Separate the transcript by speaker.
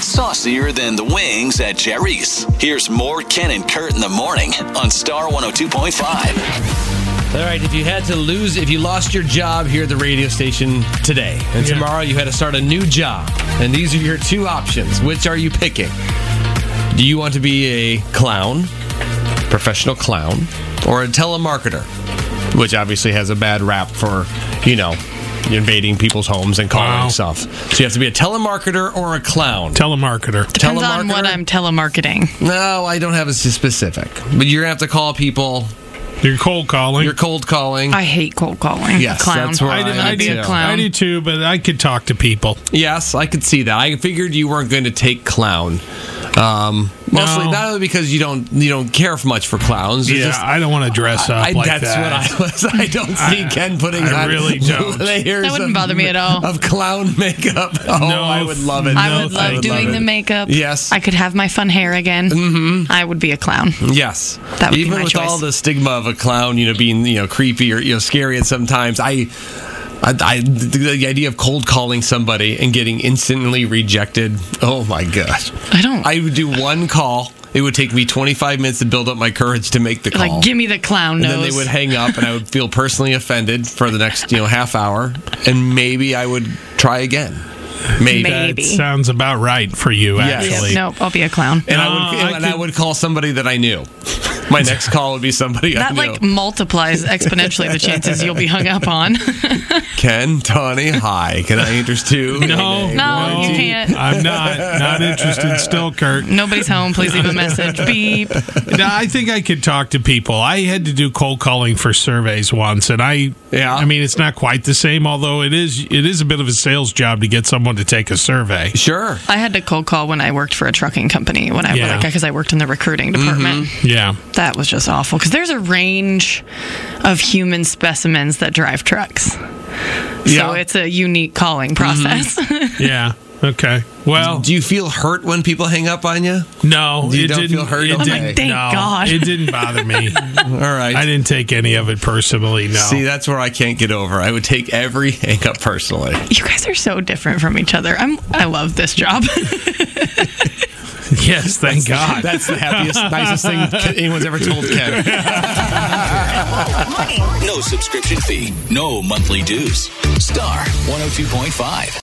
Speaker 1: saucier than the wings at Jerry's. Here's more Ken and Kurt in the morning on Star 102.5.
Speaker 2: All right, if you had to lose, if you lost your job here at the radio station today, and
Speaker 3: Yeah.
Speaker 2: tomorrow you had to start a new job, and these are your two options, which are you picking? Do you want to be a clown, professional clown, or a telemarketer, which obviously has a bad rap for, you know, invading people's homes and calling
Speaker 3: Wow.
Speaker 2: stuff? So you have to be a telemarketer or a clown.
Speaker 3: Telemarketer.
Speaker 4: Depends on what I'm telemarketing.
Speaker 2: No, I don't have a s- specific, but you're gonna have to call people.
Speaker 3: You're cold calling.
Speaker 2: You're cold calling.
Speaker 4: I hate cold calling.
Speaker 2: Yes,
Speaker 4: clown.
Speaker 2: that's where I do- I
Speaker 4: I'd be
Speaker 2: do.
Speaker 4: a clown.
Speaker 3: I do too, but I could talk to people.
Speaker 2: Yes, I could see that. I figured you weren't going to take clown. Um, mostly
Speaker 3: No.
Speaker 2: not only because you don't you don't care much for clowns. it's
Speaker 3: Yeah,
Speaker 2: just-
Speaker 3: I don't want to dress up
Speaker 2: I-
Speaker 3: like
Speaker 2: that's
Speaker 3: that.
Speaker 2: what I was. I don't see
Speaker 3: I-
Speaker 2: Ken putting
Speaker 3: I
Speaker 2: on
Speaker 3: really don't.
Speaker 2: layers
Speaker 4: That wouldn't
Speaker 2: of-
Speaker 4: bother me at all.
Speaker 2: Of clown makeup. Oh,
Speaker 3: No,
Speaker 2: I would love it.
Speaker 3: I
Speaker 4: I would
Speaker 3: No,
Speaker 4: love
Speaker 3: I would
Speaker 4: doing
Speaker 3: love
Speaker 4: the
Speaker 3: it.
Speaker 4: makeup.
Speaker 2: Yes.
Speaker 4: I could have my fun hair again. Mm-hmm. I would be a clown.
Speaker 2: Yes,
Speaker 4: That would be
Speaker 2: even
Speaker 4: my
Speaker 2: with
Speaker 4: choice.
Speaker 2: all the stigma of a clown, you know, being you know creepy or you know scary, and sometimes I, I, I the the idea of cold calling somebody and getting instantly rejected. Oh my gosh,
Speaker 4: I don't-
Speaker 2: I would do one call. It would take me 25 minutes to build up my courage to make the call.
Speaker 4: Like, give me the clown
Speaker 2: and
Speaker 4: nose.
Speaker 2: then they would hang up, and I would feel personally offended for the next you know half hour, and maybe I would try again. Maybe.
Speaker 4: Maybe.
Speaker 3: That sounds about right for you,
Speaker 2: Yes.
Speaker 4: Yep,
Speaker 3: actually.
Speaker 4: Nope, I'll be a clown.
Speaker 2: And
Speaker 3: No,
Speaker 2: I would and
Speaker 3: I
Speaker 2: I,
Speaker 3: could-
Speaker 2: would call somebody that I knew. My next call would be somebody I
Speaker 4: That
Speaker 2: knew.
Speaker 4: like multiplies exponentially the chances you'll be hung up on.
Speaker 2: Ken, Tawny, hi. Can I interest you?
Speaker 3: No,
Speaker 2: In a
Speaker 4: No, you
Speaker 2: warranty?
Speaker 4: can't.
Speaker 3: I'm not. Not interested still, Kurt.
Speaker 4: Nobody's home. Please leave a message. Beep.
Speaker 3: No, I think I could talk to people. I had to do cold calling for surveys once, and I,
Speaker 2: Yeah.
Speaker 3: I mean, it's not quite the same. Although it is, it is a bit of a sales job to get someone to take a survey.
Speaker 2: Sure.
Speaker 4: I had to cold call when I worked for a trucking company when I
Speaker 3: Yeah.
Speaker 4: like because I worked in the recruiting department.
Speaker 2: Mm-hmm.
Speaker 3: Yeah,
Speaker 4: That was just awful because there's a range of human specimens that drive trucks.
Speaker 2: Yeah.
Speaker 4: So it's a unique calling process.
Speaker 3: yeah, okay. Well,
Speaker 2: Do you feel hurt when people hang up on you?
Speaker 3: no,
Speaker 2: You
Speaker 3: it
Speaker 2: don't feel
Speaker 3: didn't.
Speaker 2: hurt?
Speaker 3: It
Speaker 2: I'm like,
Speaker 3: didn't-
Speaker 4: thank
Speaker 3: no,
Speaker 4: God.
Speaker 3: it didn't bother me.
Speaker 2: All right.
Speaker 3: I didn't take any of it personally. No,
Speaker 2: See, that's where I can't get over. I would take every hang up personally.
Speaker 4: you guys are so different from each other. I'm I love this job.
Speaker 3: yes, thank God.
Speaker 2: That's the happiest, nicest thing anyone's ever told Ken.
Speaker 1: No subscription fee, no monthly dues. Star 102.5.